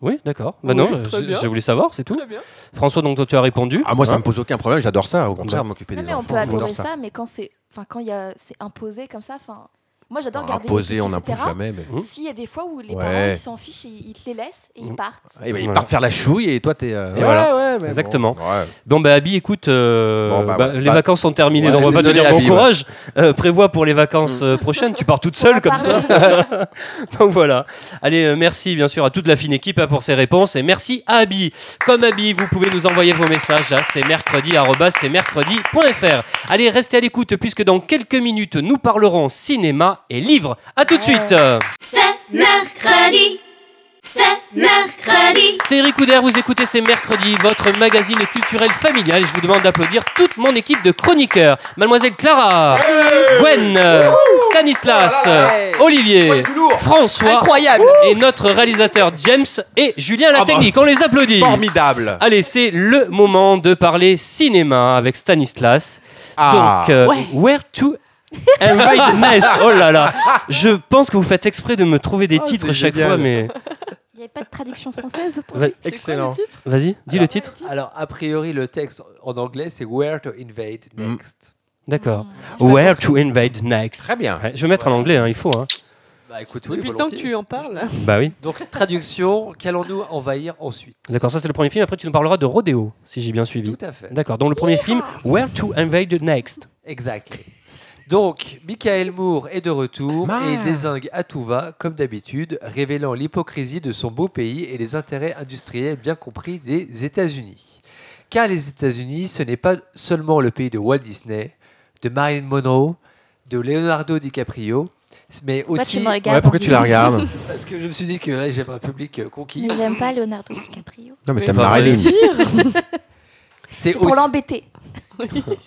S3: oui. d'accord. Bah
S7: Bah Oui,
S3: non,
S7: très
S3: je,
S7: bien.
S3: je voulais savoir, c'est tout.
S7: Très bien.
S3: François, donc toi tu as répondu.
S5: Ah, moi, ça
S3: Hein
S5: me pose aucun problème, j'adore ça, au contraire,
S3: Bah.
S5: m'occuper
S9: Non,
S5: des
S9: mais on
S5: enfants.
S9: peut
S5: j'adore
S9: adorer ça. mais quand c'est enfin quand il y a c'est imposé comme ça, enfin moi j'adore
S5: Alors,
S9: garder
S5: Imposer,
S9: les
S5: Bah, on
S9: petits,
S5: n'impose
S9: etc.
S5: jamais. Mais...
S3: Hmm.
S9: S'il y a des fois où les
S5: Ouais.
S9: parents ils s'en fichent, et ils te les laissent et
S3: Mm.
S9: ils partent.
S5: Eh ben, ils
S3: Voilà.
S5: partent faire la chouille et toi, t'es. euh,
S3: Et voilà.
S5: ouais, mais bon.
S3: Exactement.
S5: Ouais.
S3: Bon bah Abby, écoute, euh,
S5: Bon, bah,
S3: bah,
S5: ouais.
S3: les
S5: Bah,
S3: vacances sont terminées,
S5: ouais,
S3: donc on va pas te
S5: désolé,
S3: dire bon
S5: Abby, ouais. Mm.
S3: courage. Euh, prévois pour les vacances euh, prochaines, tu pars toute seule comme ça. *laughs* donc voilà. Allez, euh, merci bien sûr à toute la fine équipe hein, pour ces réponses et merci à Abby. Comme Abby, vous pouvez nous envoyer vos messages à cmercredi@cmercredi.fr. Allez, restez à l'écoute puisque dans quelques minutes nous parlerons cinéma et livres. À tout de suite.
S2: C'est mercredi. C'est mercredi.
S3: C'est Eric Couder, vous écoutez C'est Mercredi, votre magazine culturel familial. Je vous demande d'applaudir toute mon équipe de chroniqueurs. Mademoiselle Clara, Gwen, Stanislas, Olivier, François
S7: Incroyable.
S3: et notre réalisateur James et Julien La
S5: Ah bah.
S3: Technique. On les applaudit.
S5: Formidable.
S3: Allez, c'est le moment de parler cinéma avec Stanislas.
S5: Ah.
S3: Donc, euh,
S7: Ouais.
S3: Where to Invite Nest. Oh là là. Je pense que vous faites exprès de me trouver des
S5: Oh,
S3: titres
S5: c'est
S3: chaque
S5: génial.
S3: fois, mais
S9: Il n'y avait pas de traduction française pour
S3: Va-
S9: lui.
S7: C'est quoi
S5: Excellent.
S7: le titre
S3: vas-y, dis le titre. Ah,
S6: Alors, a priori, le texte en anglais, c'est Where to invade
S5: Mm.
S6: next.
S3: Mm. D'accord. Where to invade next.
S5: Très bien.
S3: Ouais, je vais mettre en anglais, hein, il faut. hein.
S6: Bah écoute, oui,
S7: Depuis le temps que
S6: volontiers.
S7: tu
S3: *laughs*
S7: en parles.
S3: Bah oui.
S6: Donc, traduction, qu'allons-nous envahir ensuite
S3: D'accord, ça c'est le premier film. Après, tu nous parleras de Rodeo, si j'ai bien suivi.
S6: Tout à fait.
S3: D'accord, dans le premier film, Where to invade next.
S6: Exactly. Donc, Michael Moore est de retour
S5: Ma-
S6: et désingue à tout va, comme d'habitude, révélant l'hypocrisie de son beau pays et les intérêts industriels bien compris des États-Unis. Car les États-Unis, ce n'est pas seulement le pays de Walt Disney, de Marilyn Monroe, de Leonardo DiCaprio, mais
S9: Toi,
S6: aussi
S9: tu me regardes
S5: Ouais, pourquoi
S9: en
S5: tu la
S9: disant,
S5: *laughs* regardes
S6: parce que je me suis dit que là, j'aime un public euh, conquis.
S9: Mais j'aime pas Leonardo DiCaprio.
S5: Non, mais
S7: Oui,
S5: t'aimes
S3: pas
S5: Marilyn.
S6: C'est
S9: C'est pour
S6: aussi-
S9: l'embêter.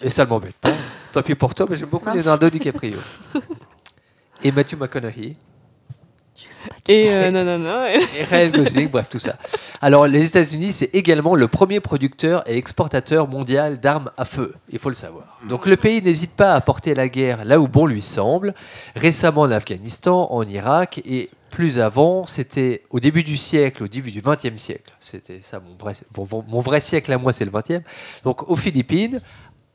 S6: Et ça ne m'embête pas. Tant pis pour toi, mais j'aime beaucoup
S9: Mince.
S6: Leonardo DiCaprio. Et Matthew McConaughey.
S5: *laughs*
S7: Et euh, non, non, non.
S6: Et Ryan Gosling, bref, tout ça. Alors, les États-Unis, c'est également le premier producteur et exportateur mondial d'armes à feu, il faut le savoir. Donc, le pays n'hésite pas à porter la guerre là où bon lui semble. Récemment en Afghanistan, en Irak et plus avant, c'était au début du siècle, au début du 20e siècle. C'était ça, mon vrai, mon- mon- mon vrai siècle à moi, c'est le 20e. Donc, aux Philippines,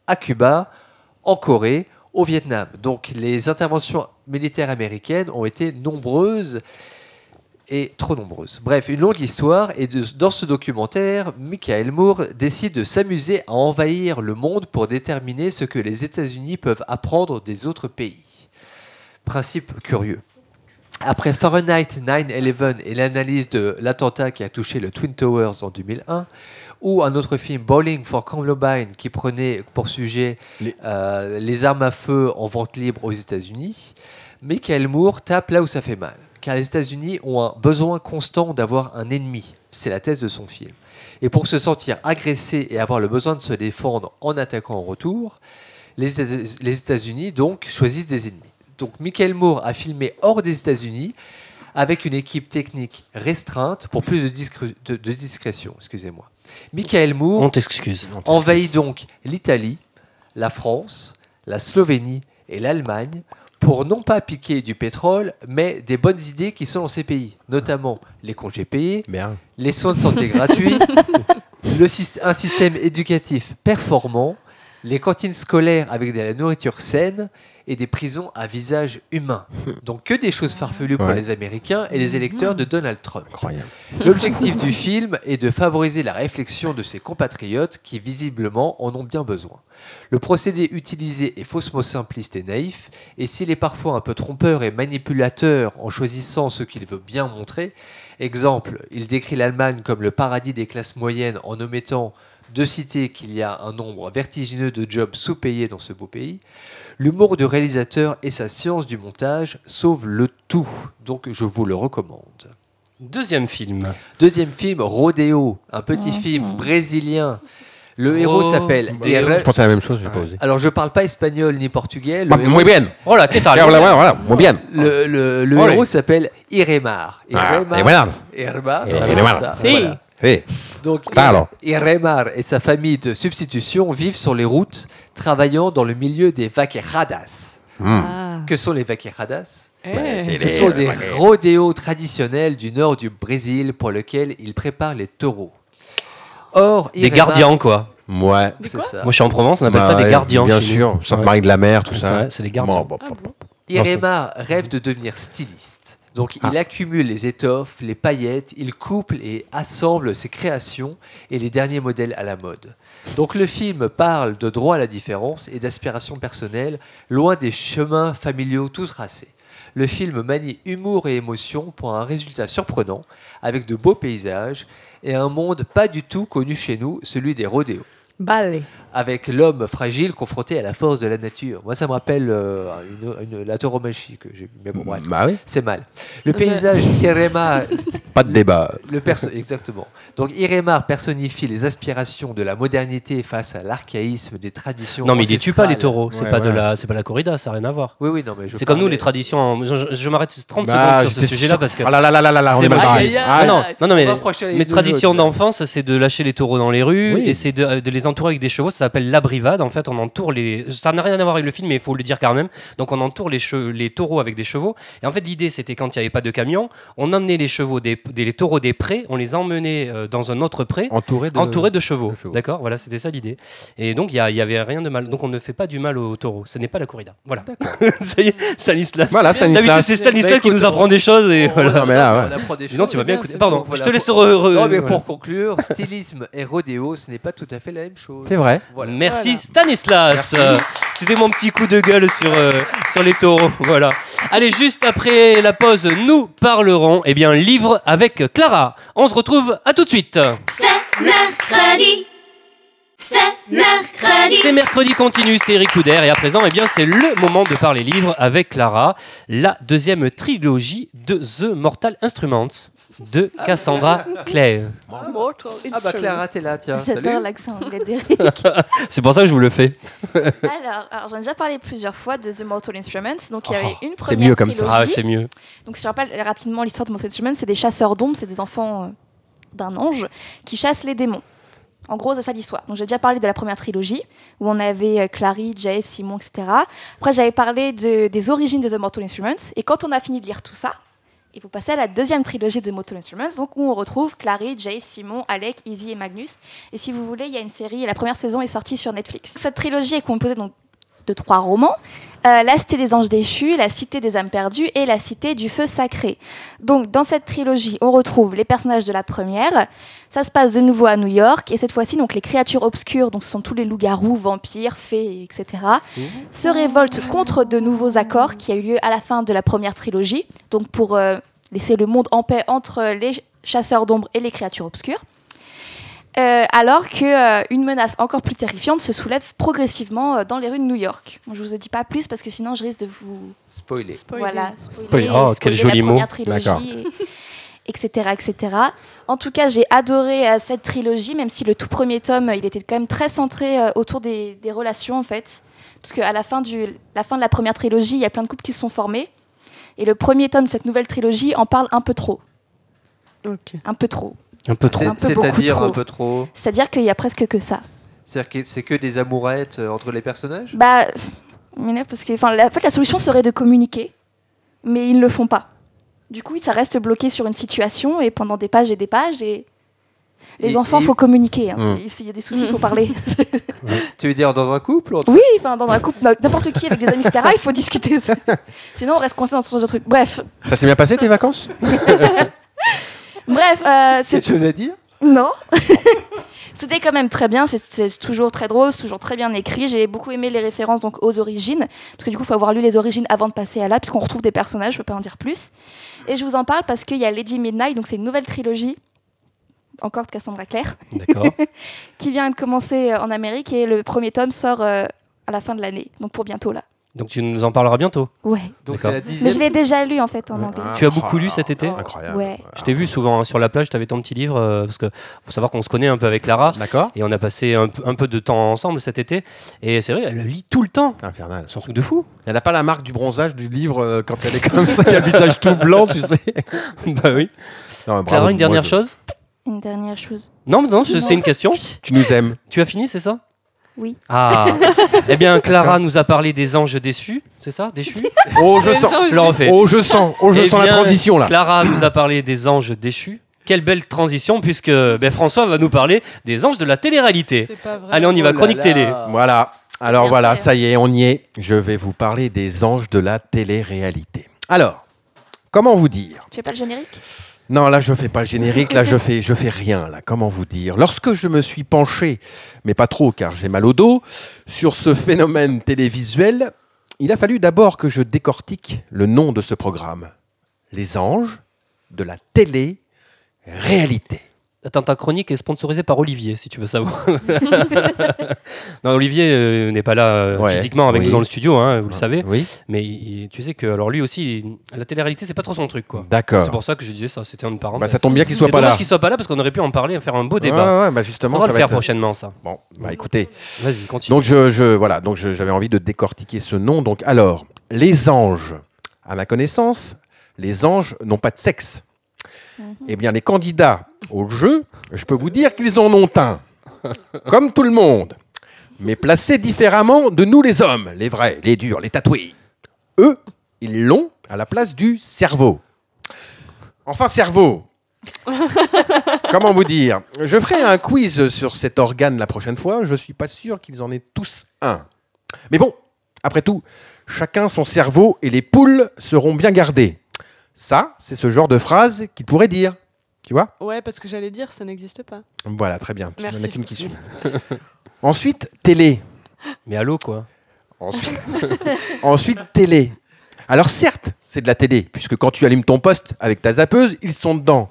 S6: à Cuba, en Corée, au Vietnam. Donc, les interventions militaires américaines ont été nombreuses et trop nombreuses. Bref, une longue histoire, et de- dans ce documentaire, Michael Moore décide de s'amuser à envahir le monde pour déterminer ce que les États-Unis peuvent apprendre des autres pays. Principe curieux. Après Fahrenheit 9-11 et l'analyse de l'attentat qui a touché le Twin Towers en 2001, ou un autre film Bowling for Columbine qui prenait pour sujet
S5: Les-
S6: euh, les armes à feu en vente libre aux États-Unis, Michael Moore tape là où ça fait mal, car les États-Unis ont un besoin constant d'avoir un ennemi. C'est la thèse de son film. Et pour se sentir agressé et avoir le besoin de se défendre en attaquant en retour, les États- les États-Unis donc choisissent des ennemis. Donc Michael Moore a filmé hors des États-Unis avec une équipe technique restreinte pour plus de, discré- de- de discrétion. Excusez-moi. Michael Moore
S3: On t'excuse.
S6: envahit donc l'Italie, la France, la Slovénie et l'Allemagne pour non pas piquer du pétrole, mais des bonnes idées qui sont dans ces pays, notamment les congés payés,
S5: Bien.
S6: les soins de santé gratuits, le syst- un système éducatif performant, les cantines scolaires avec de la nourriture saine et des prisons à visage humain. Donc que des choses farfelues pour
S5: Ouais.
S6: les Américains et les électeurs de Donald Trump.
S5: Incroyable.
S6: L'objectif du film est de favoriser la réflexion de ses compatriotes qui visiblement en ont bien besoin. Le procédé utilisé est faussement simpliste et naïf, et s'il est parfois un peu trompeur et manipulateur en choisissant ce qu'il veut bien montrer, exemple, il décrit l'Allemagne comme le paradis des classes moyennes en omettant de citer qu'il y a un nombre vertigineux de jobs sous-payés dans ce beau pays, l'humour du réalisateur et sa science du montage sauvent le tout, donc je vous le recommande.
S3: Deuxième film.
S6: Deuxième film, Rodeo, un petit
S7: Mhm.
S6: film brésilien. Le héros s'appelle
S3: Rodeo.
S6: Derre-
S5: Bah, Je pensais à la même chose, j'ai pas osé.
S6: Alors je parle pas espagnol ni portugais. Le
S5: Ah,
S6: héros,
S5: muy bien.
S3: Oh là, qu'est-ce que t'as
S5: Voilà, voilà, voilà, muy bien.
S6: le- le- le
S3: Oh,
S6: héros
S3: oui.
S6: s'appelle Iremar.
S5: Ah,
S6: Iremar.
S5: et voilà.
S6: Iremar,
S5: Et
S6: comme
S5: voilà.
S6: ça,
S7: Si.
S6: voilà.
S5: Eh,
S6: Donc,
S5: Parle.
S6: Iremar et sa famille de substitution vivent sur les routes, travaillant dans le milieu des vaqueradas.
S5: hmm.
S7: Ah.
S6: Que sont les vaqueradas
S7: Eh.
S5: c'est-
S6: Ce
S5: les-
S6: sont des rodéos traditionnels du nord du Brésil pour lesquels ils préparent les taureaux. Or,
S3: Des
S6: Iremar-
S3: gardiens, quoi.
S5: Ouais.
S7: Des
S6: C'est
S7: quoi
S6: ça.
S3: Moi, je suis en Provence, on appelle ça
S5: Bah,
S3: des
S5: ouais,
S3: gardiens.
S5: Bien
S3: chez nous.
S5: sûr,
S3: Ouais.
S5: Sainte-Marie de la Mer, tout
S3: C'est
S5: ça.
S3: vrai, c'est des gardiens.
S5: Bon, bon,
S7: Ah
S5: bon.
S7: bon
S6: Irema rêve de devenir styliste. Donc il accumule les étoffes, les paillettes, il couple et assemble ses créations et les derniers modèles à la mode. Donc le film parle de droit à la différence et d'aspiration personnelle, loin des chemins familiaux tout tracés. Le film manie humour et émotion pour un résultat surprenant, avec de beaux paysages et un monde pas du tout connu chez nous, celui des rodéos
S7: Ballet.
S6: avec l'homme fragile confronté à la force de la nature. Moi, ça me rappelle euh, une, une- la tauromachie que j'ai vue.
S3: Ah,
S6: Mais bon, bref,
S5: Bah oui,
S6: c'est mal. Le paysage d'Irema,
S5: pas de débat.
S6: le perso- exactement. Donc, Irema personnifie les aspirations de la modernité face à l'archaïsme des traditions.
S3: Non, mais ils les tuent pas, les
S6: ancestrales.
S3: taureaux. C'est
S5: Ouais,
S3: pas, de
S5: voilà.
S3: la... c'est pas la corrida, ça n'a rien à voir.
S6: Oui, oui, non, mais je
S3: C'est comme nous,
S6: parlais-
S3: les traditions. en- Je, je- je m'arrête 30
S5: Bah,
S3: secondes sur ce
S5: j'étais
S3: sujet-là
S5: sûr.
S3: parce que.
S5: Ah là là là là là là, on
S3: C'est
S5: est mal
S3: mal.
S5: barré.
S3: Ah non, non, non, mais
S6: On va franchir les
S3: mes
S6: deux
S3: traditions
S6: autres, là.
S3: d'enfance, c'est de lâcher les taureaux dans les rues
S5: Oui.
S3: et c'est de, euh, de les entourer avec des chevaux. Ça s'appelle l'abrivade. En fait, on entoure les. Ça n'a rien à voir avec le film, mais il faut le dire quand même. Donc, on entoure les, che- les taureaux avec des chevaux. Et en fait, l'idée, c'était quand il n'y avait pas de camion, on emmenait les chevaux des, des- les taureaux des prés, on les emmenait euh, dans un autre pré.
S5: Entouré de.
S3: entourés de chevaux,
S5: de chevaux.
S3: d'accord Voilà, c'était ça l'idée. Et donc, il n'y avait rien de mal. Donc, on ne fait pas du mal aux taureaux. Ce n'est pas la corrida. Voilà. *laughs* ça y est, Stanislas.
S5: Voilà,
S3: D'habitude,
S5: Stanislas.
S3: c'est Stanislas
S6: Bah,
S3: qui
S6: écoute,
S3: nous apprend des choses et
S6: On-
S3: voilà.
S5: Non, mais là, ouais.
S6: on apprend des
S3: Dis donc,
S6: choses.
S3: tu vas bien écouter.
S6: c'est
S3: Pardon,
S6: donc, voilà,
S3: je te laisse.
S6: pour-
S3: re- re-
S6: Non, mais
S3: voilà.
S6: pour conclure, stylisme et rodéo, ce n'est pas tout à fait la même chose.
S5: C'est vrai.
S6: Voilà.
S3: Merci Stanislas.
S6: Merci.
S3: Euh, C'était mon petit coup de gueule sur, euh, sur les taureaux. *laughs* Voilà. Allez, juste après la pause, nous parlerons eh bien, livre avec Clara. On se retrouve à tout de suite.
S2: C'est mercredi. C'est mercredi.
S3: C'est mercredi continue, c'est Eric Couder. Et à présent, eh bien, c'est le moment de parler livre avec Clara, la deuxième trilogie de The Mortal Instruments de Cassandra Clare.
S6: Ah bah Clara, t'es là, tiens.
S9: J'adore
S6: Salut.
S9: l'accent anglais
S5: *laughs*
S9: d'Eric.
S3: C'est pour ça que je vous le fais.
S9: alors, alors j'en ai déjà parlé plusieurs fois de The Mortal Instruments. Donc, il y
S5: Oh,
S9: avait une
S5: c'est
S9: première
S5: mieux comme ça.
S9: trilogie.
S3: Ah, ouais, c'est mieux.
S9: Donc, si je rappelle rapidement l'histoire de Mortal Instruments, c'est des chasseurs d'ombres, c'est des enfants euh, d'un ange qui chassent les démons. En gros, c'est ça l'histoire. Donc, j'ai déjà parlé de la première trilogie, où on avait euh, Clary, Jay, Simon, etc. Après, j'avais parlé de- des origines de The Mortal Instruments. Et quand on a fini de lire tout ça, il faut passer à la deuxième trilogie de The Mortal Instruments, donc où on retrouve Clary, Jay, Simon, Alec, Izzy et Magnus. Et si vous voulez, il y a une série, et la première saison est sortie sur Netflix. Cette trilogie est composée donc, de trois romans. Euh, la Cité des Anges Déchus, La Cité des âmes perdues et La Cité du Feu Sacré. Donc dans cette trilogie, on retrouve les personnages de la première. Ça se passe de nouveau à New York et cette fois-ci, donc les créatures obscures, donc ce sont tous les loups-garous, vampires, fées, etc. Se révoltent contre de nouveaux accords qui a eu lieu à la fin de la première trilogie, donc pour euh, laisser le monde en paix entre les chasseurs d'ombre et les créatures obscures. Euh, alors que euh, une menace encore plus terrifiante se soulève progressivement euh, dans les rues de New York. Bon, je vous en dis pas plus parce que sinon je risque de vous
S6: Spoilé.
S9: voilà,
S3: Spoiler.
S9: spoiler,
S3: Oh, quel
S9: spoiler
S3: joli
S9: la
S3: mot.
S9: première trilogie,
S5: D'accord.
S9: et- etc., etc. En tout cas, j'ai adoré euh, cette trilogie, même si le tout premier tome, euh, il était quand même très centré euh, autour des, des relations, en fait. Parce qu'à la, fin du- la fin de la première trilogie, il y a plein de couples qui se sont formés. Et le premier tome de cette nouvelle trilogie en parle un peu trop.
S7: Ok.
S9: Un peu trop.
S3: Un peu trop.
S9: un peu
S6: C'est-
S9: beaucoup
S6: C'est-à-dire
S9: trop.
S6: un peu trop.
S9: C'est-à-dire qu'il y a presque que ça.
S6: C'est-à-dire que c'est que des amourettes euh, entre les personnages
S9: Bah, on m'énerve parce que, enfin, la, en fait, la solution serait de communiquer, mais ils ne le font pas. Du coup, ça reste bloqué sur une situation et pendant des pages et des pages et Les
S6: Et-
S9: enfants,
S6: et- Mmh.
S9: faut communiquer. hein.
S5: Mm.
S9: C'est- S'il y a des soucis, il faut parler. *laughs*
S6: Tu veux dire dans un couple entre-
S9: oui, enfin, dans un couple, n'importe qui avec des amis, etc., il
S6: *laughs*
S9: faut discuter. Sinon, on reste coincé dans ce genre de truc. Bref,
S5: Ça s'est bien passé tes vacances
S9: bref, euh, c'est
S6: Quelque chose à dire
S9: Non. *laughs* C'était quand même très bien, c'est- c'est toujours très drôle, c'est toujours très bien écrit. J'ai beaucoup aimé les références donc aux origines, parce que du coup, il faut avoir lu les origines avant de passer à là, puisqu'on retrouve des personnages, je peux pas en dire plus. Et je vous en parle parce qu'il y a Lady Midnight, donc c'est une nouvelle trilogie, encore de Cassandra Clare, *laughs*
S3: D'accord.
S9: qui vient de commencer euh, en Amérique et le premier tome sort euh, à la fin de l'année, donc pour bientôt là.
S3: Donc tu nous en parleras bientôt.
S9: Ouais.
S6: Donc
S3: D'accord.
S6: c'est la
S9: Mais je
S6: dixième.
S9: l'ai déjà lu en fait en anglais.
S3: Tu as beaucoup lu cet été
S5: Ah, Incroyable.
S9: Ouais.
S3: Je t'ai vu souvent hein, sur la plage, tu avais ton petit livre, euh, parce que faut savoir qu'on se connaît un peu avec Lara,
S5: D'accord.
S3: et on a passé un, p- un peu de temps ensemble cet été, et c'est vrai, elle le lit tout le temps.
S5: Infernal.
S3: C'est un truc de fou. *laughs*
S5: Elle n'a pas la marque du bronzage du livre euh, quand elle est comme ça, qui a le visage tout blanc, tu sais.
S3: bah oui.
S5: Non, mais bravo,
S3: Clara, une dernière
S5: moi, je-
S3: chose
S9: Une dernière chose.
S3: Non, non, je-
S9: Non.
S3: c'est une question.
S5: Tu
S3: *laughs*
S5: nous aimes.
S3: Tu as fini, c'est ça
S9: Oui.
S7: *laughs*
S3: Ah Eh bien, Clara nous a parlé des anges déçus, c'est ça
S7: *laughs*
S3: Déchus
S5: Oh, je
S7: Même
S5: sens.
S7: temps,
S3: Je le refais.
S5: Oh, je sens. Oh, je
S3: Eh
S5: sens la
S3: bien,
S5: transition là.
S3: Clara nous a parlé des anges déchus. Quelle belle transition, puisque ben, François va nous parler des anges de la télé-réalité.
S7: C'est pas vrai.
S3: Allez, on y va,
S6: Oh là
S3: chronique
S6: là.
S3: télé.
S5: Voilà. Alors
S9: bien
S5: voilà,
S9: fait.
S5: ça y est, on y est. Je vais vous parler des anges de la télé-réalité. Alors, comment vous dire
S9: Tu fais pas le générique
S5: Non, là, je fais pas le générique. Là, je fais, je fais rien. Là, comment vous dire Lorsque je me suis penché, mais pas trop, car j'ai mal au dos, sur ce phénomène télévisuel, il a fallu d'abord que je décortique le nom de ce programme les anges de la télé-réalité.
S3: Attends, ta chronique est sponsorisée par Olivier, si tu veux savoir. *laughs* non, Olivier euh, n'est pas là euh,
S5: Ouais,
S3: physiquement avec
S5: oui.
S3: nous dans le studio, hein, vous le savez.
S5: Oui.
S3: Mais il- tu sais que, alors lui aussi, il- la télé-réalité, c'est pas trop son truc, quoi. C'est
S5: D'accord.
S3: pour ça que je disais ça, c'était une parenthèse.
S5: Ah. Bah, ça tombe bien qu'il
S3: C'est
S5: soit pas
S3: dommage
S5: là.
S3: qu'il soit pas là parce qu'on aurait pu en parler et faire un beau débat.
S5: Ouais, ouais, bah
S3: On
S5: justement,
S3: va
S5: ça
S3: le
S5: va
S3: faire
S5: être-
S3: prochainement, ça.
S5: Bon, bah écoutez,
S3: Vas-y, continue.
S5: Donc je, je- voilà, donc je- j'avais envie de décortiquer ce nom. Donc alors, les anges, à ma connaissance, les anges n'ont pas de sexe. Eh bien, les candidats au jeu, je peux vous dire qu'ils en ont un, comme tout le monde, mais placés différemment de nous les hommes, les vrais, les durs, les tatoués. Eux, ils l'ont à la place du cerveau. Enfin, cerveau. Comment vous dire Je ferai un quiz sur cet organe la prochaine fois. Je suis pas sûr qu'ils en aient tous un. Mais bon, après tout, chacun son cerveau et les poules seront bien gardées. Ça, c'est ce genre de phrase qu'ils pourraient dire. Tu vois
S7: Ouais, parce que j'allais dire, ça n'existe pas.
S5: Voilà, très bien. Il n'y en a
S7: Merci.
S5: qu'une qui suit. Ensuite, télé.
S3: Mais allô, quoi.
S5: Ensuite, *laughs* ensuite, télé. Alors certes, c'est de la télé, puisque quand tu allumes ton poste avec ta zappeuse, ils sont dedans.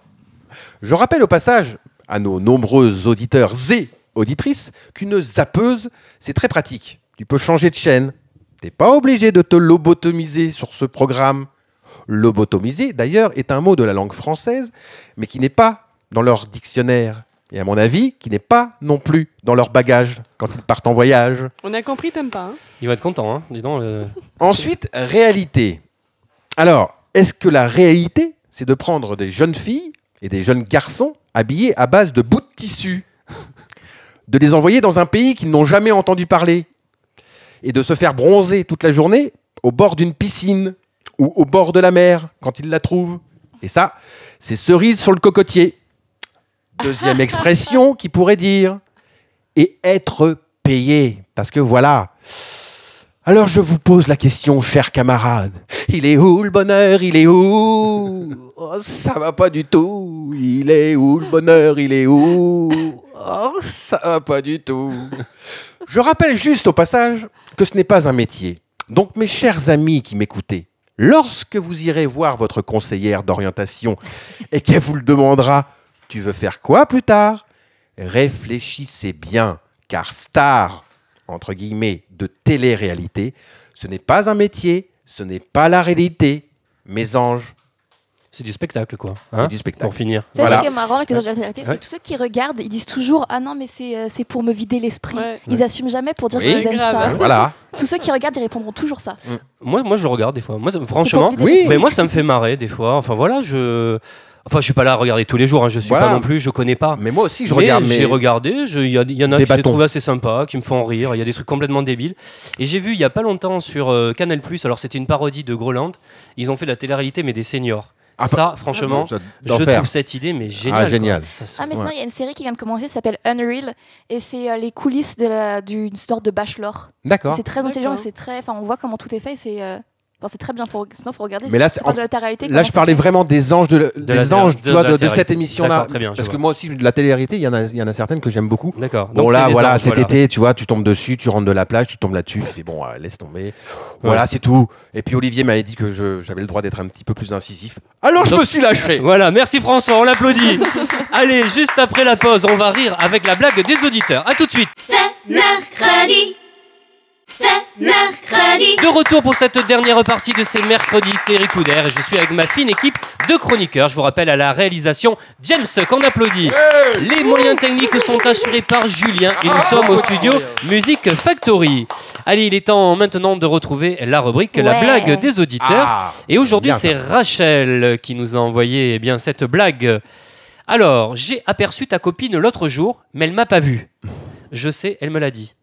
S5: Je rappelle au passage à nos nombreux auditeurs et auditrices qu'une zappeuse, c'est très pratique. Tu peux changer de chaîne. T'es pas obligé de te lobotomiser sur ce programme. Lobotomiser, d'ailleurs, est un mot de la langue française, mais qui n'est pas dans leur dictionnaire. Et à mon avis, qui n'est pas non plus dans leur bagage quand ils partent en voyage.
S7: On a compris, t'aimes pas. hein
S3: Il va être content, hein. Dis donc. le-
S5: Ensuite, réalité. Alors, est-ce que la réalité, c'est de prendre des jeunes filles et des jeunes garçons habillés à base de bouts de tissu, de les envoyer dans un pays qu'ils n'ont jamais entendu parler, et de se faire bronzer toute la journée au bord d'une piscine ou au bord de la mer quand ils la trouvent Et ça, c'est cerise sur le cocotier. Deuxième expression qui pourrait dire et être payé, parce que voilà. Alors je vous pose la question, chers camarades. Il est où le bonheur Il est où oh, Ça va pas du tout. Il est où le bonheur Il est où oh, Ça va pas du tout. Je rappelle juste au passage que ce n'est pas un métier. Donc mes chers amis qui m'écoutez, lorsque vous irez voir votre conseillère d'orientation et qu'elle vous le demandera, tu veux faire quoi plus tard Réfléchissez bien, car star, entre guillemets, de télé-réalité, ce n'est pas un métier, ce n'est pas la réalité. Mes anges,
S3: C'est du spectacle, quoi.
S5: c'est
S3: Hein,
S5: du
S3: Pour
S5: spectacle.
S3: finir.
S9: Tu sais,
S5: Voilà.
S9: ce qui est marrant avec les anges de la télé-réalité,
S5: Ouais.
S9: c'est tous ceux qui regardent, ils disent toujours Ah non, mais c'est euh, c'est pour me vider l'esprit.
S7: Ouais.
S9: Ils assument jamais pour dire
S5: Oui.
S9: qu'ils aiment
S7: Grave.
S9: ça.
S5: Hein, Voilà.
S9: Tous ceux qui regardent, ils répondront toujours ça.
S3: Moi, moi, je regarde des fois. Moi, ça- franchement,
S9: C'est pour te vider
S3: mais moi, ça me fait marrer des fois. Enfin, voilà, je. Enfin, je suis pas là à regarder tous les jours. hein. Je suis
S5: Voilà.
S3: pas non plus. Je connais pas.
S5: Mais moi aussi, je
S3: Mais
S5: regarde.
S3: J'ai
S5: Mais...
S3: regardé. je- Il y, a- il y en a
S5: Des
S3: que j'ai
S5: bâtons.
S3: trouvé assez sympa, qui me font rire. Il y a des trucs complètement débiles. Et j'ai vu il y a pas longtemps sur euh, Canal+. Alors, c'était une parodie de Groland. Ils ont fait de la télé-réalité, mais des seniors.
S5: Ah,
S3: ça, franchement, je
S5: D'enfer. Ah,
S3: trouve cette idée mais géniale. quoi.
S5: génial.
S3: Ça se-
S9: Ah, mais
S5: Ouais.
S9: sinon, il y a une série qui vient de commencer, ça s'appelle Unreal, et c'est euh, les coulisses de la- d'une sorte de bachelor. Et
S5: D'accord.
S9: C'est très intelligent, et
S7: D'accord.
S9: c'est très. Enfin, on voit comment tout est fait, et c'est. euh, enfin, c'est très bien, faut... sinon faut regarder.
S5: Mais là, c'est-
S9: pas de la réalité.
S5: Là, je parlais vraiment des anges de, la- des
S3: la-
S5: anges,
S3: de
S5: tu vois,
S3: la
S5: de, de
S3: télé-
S5: cette émission-là.
S3: D'accord, très bien, je
S5: Parce que
S3: vois.
S5: moi aussi, de la télé-réalité, il y, en a- il y en a certaines que j'aime beaucoup.
S3: D'accord.
S5: Bon,
S3: Donc, c'est
S5: là,
S3: des
S5: voilà,
S3: anges,
S5: cet
S3: voilà.
S5: été, tu vois, tu tombes dessus, tu rentres de la plage, tu tombes là-dessus, tu fais bon, euh, laisse tomber. Voilà, c'est tout. Et puis Olivier m'avait dit que je- j'avais le droit d'être un petit peu plus incisif. Alors je
S3: Donc-
S5: me suis lâché.
S3: Voilà, merci François, on l'applaudit. Allez, juste après la pause, on va rire avec la blague des auditeurs. À tout de suite.
S2: C'est mercredi. C'est mercredi.
S3: De retour pour cette dernière partie de ces mercredis, c'est Eric Couder et je suis avec ma fine équipe de chroniqueurs. Je vous rappelle à la réalisation James qu'on applaudit. Les moyens techniques sont assurés par Julien et nous sommes au studio Music Factory. Allez, il est temps maintenant de retrouver la rubrique La
S9: Ouais.
S3: blague des auditeurs.
S5: Ah,
S3: Et aujourd'hui,
S5: bien,
S3: c'est
S5: ça.
S3: Rachel qui nous a envoyé eh bien, cette blague. Alors, j'ai aperçu ta copine l'autre jour, mais elle m'a pas vu. Je sais, elle me l'a dit.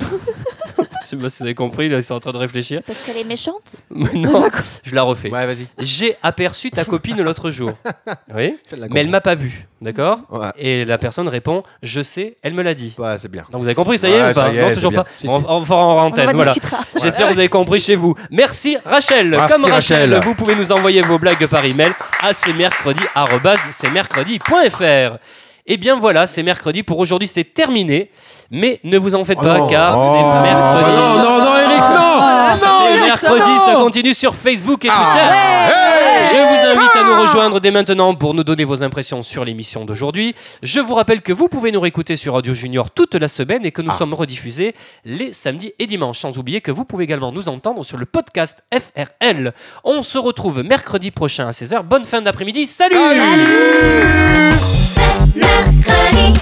S3: Je sais pas si vous avez compris, là, ils sont en train de réfléchir.
S9: Parce qu'elle est méchante.
S3: Mais *laughs*
S9: *laughs*
S3: non, je la refais.
S5: Ouais, vas-y.
S3: J'ai aperçu ta copine l'autre jour. *laughs* Oui,
S5: Je la
S3: mais elle
S5: comprends.
S3: m'a pas vu. D'accord
S5: Ouais.
S3: Et la personne répond Je sais, elle me l'a dit.
S5: Ouais, c'est bien.
S3: Donc vous avez compris, ça y est
S5: Ouais,
S3: ou pas
S5: ça y est,
S3: Non,
S5: c'est
S3: toujours
S5: bien.
S3: pas.
S5: Si,
S3: on,
S5: si.
S3: on va en
S9: On en
S3: antenne. Voilà.
S9: discutera.
S3: J'espère que vous avez compris chez vous. Merci Rachel.
S5: Merci,
S3: Comme Rachel,
S5: Rachel.
S3: vous pouvez nous envoyer vos blagues par email à cmercredi.fr. Et Eh bien voilà, c'est mercredi. Pour aujourd'hui, c'est terminé. Mais ne vous en faites
S5: Oh
S3: pas
S5: non.
S3: car
S5: Oh.
S3: c'est mercredi.
S5: Non, non, non, Eric, non Ah.
S3: C'est mercredi, ça continue sur Facebook et Twitter. Je vous invite à nous rejoindre dès maintenant pour nous donner vos impressions sur l'émission d'aujourd'hui. Je vous rappelle que vous pouvez nous réécouter sur Radio Junior toute la semaine et que nous sommes rediffusés les samedis et dimanches. Sans oublier que vous pouvez également nous entendre sur le podcast FRL. On se retrouve mercredi prochain à 16h. Bonne fin d'après-midi. Salut
S2: C'est mercredi.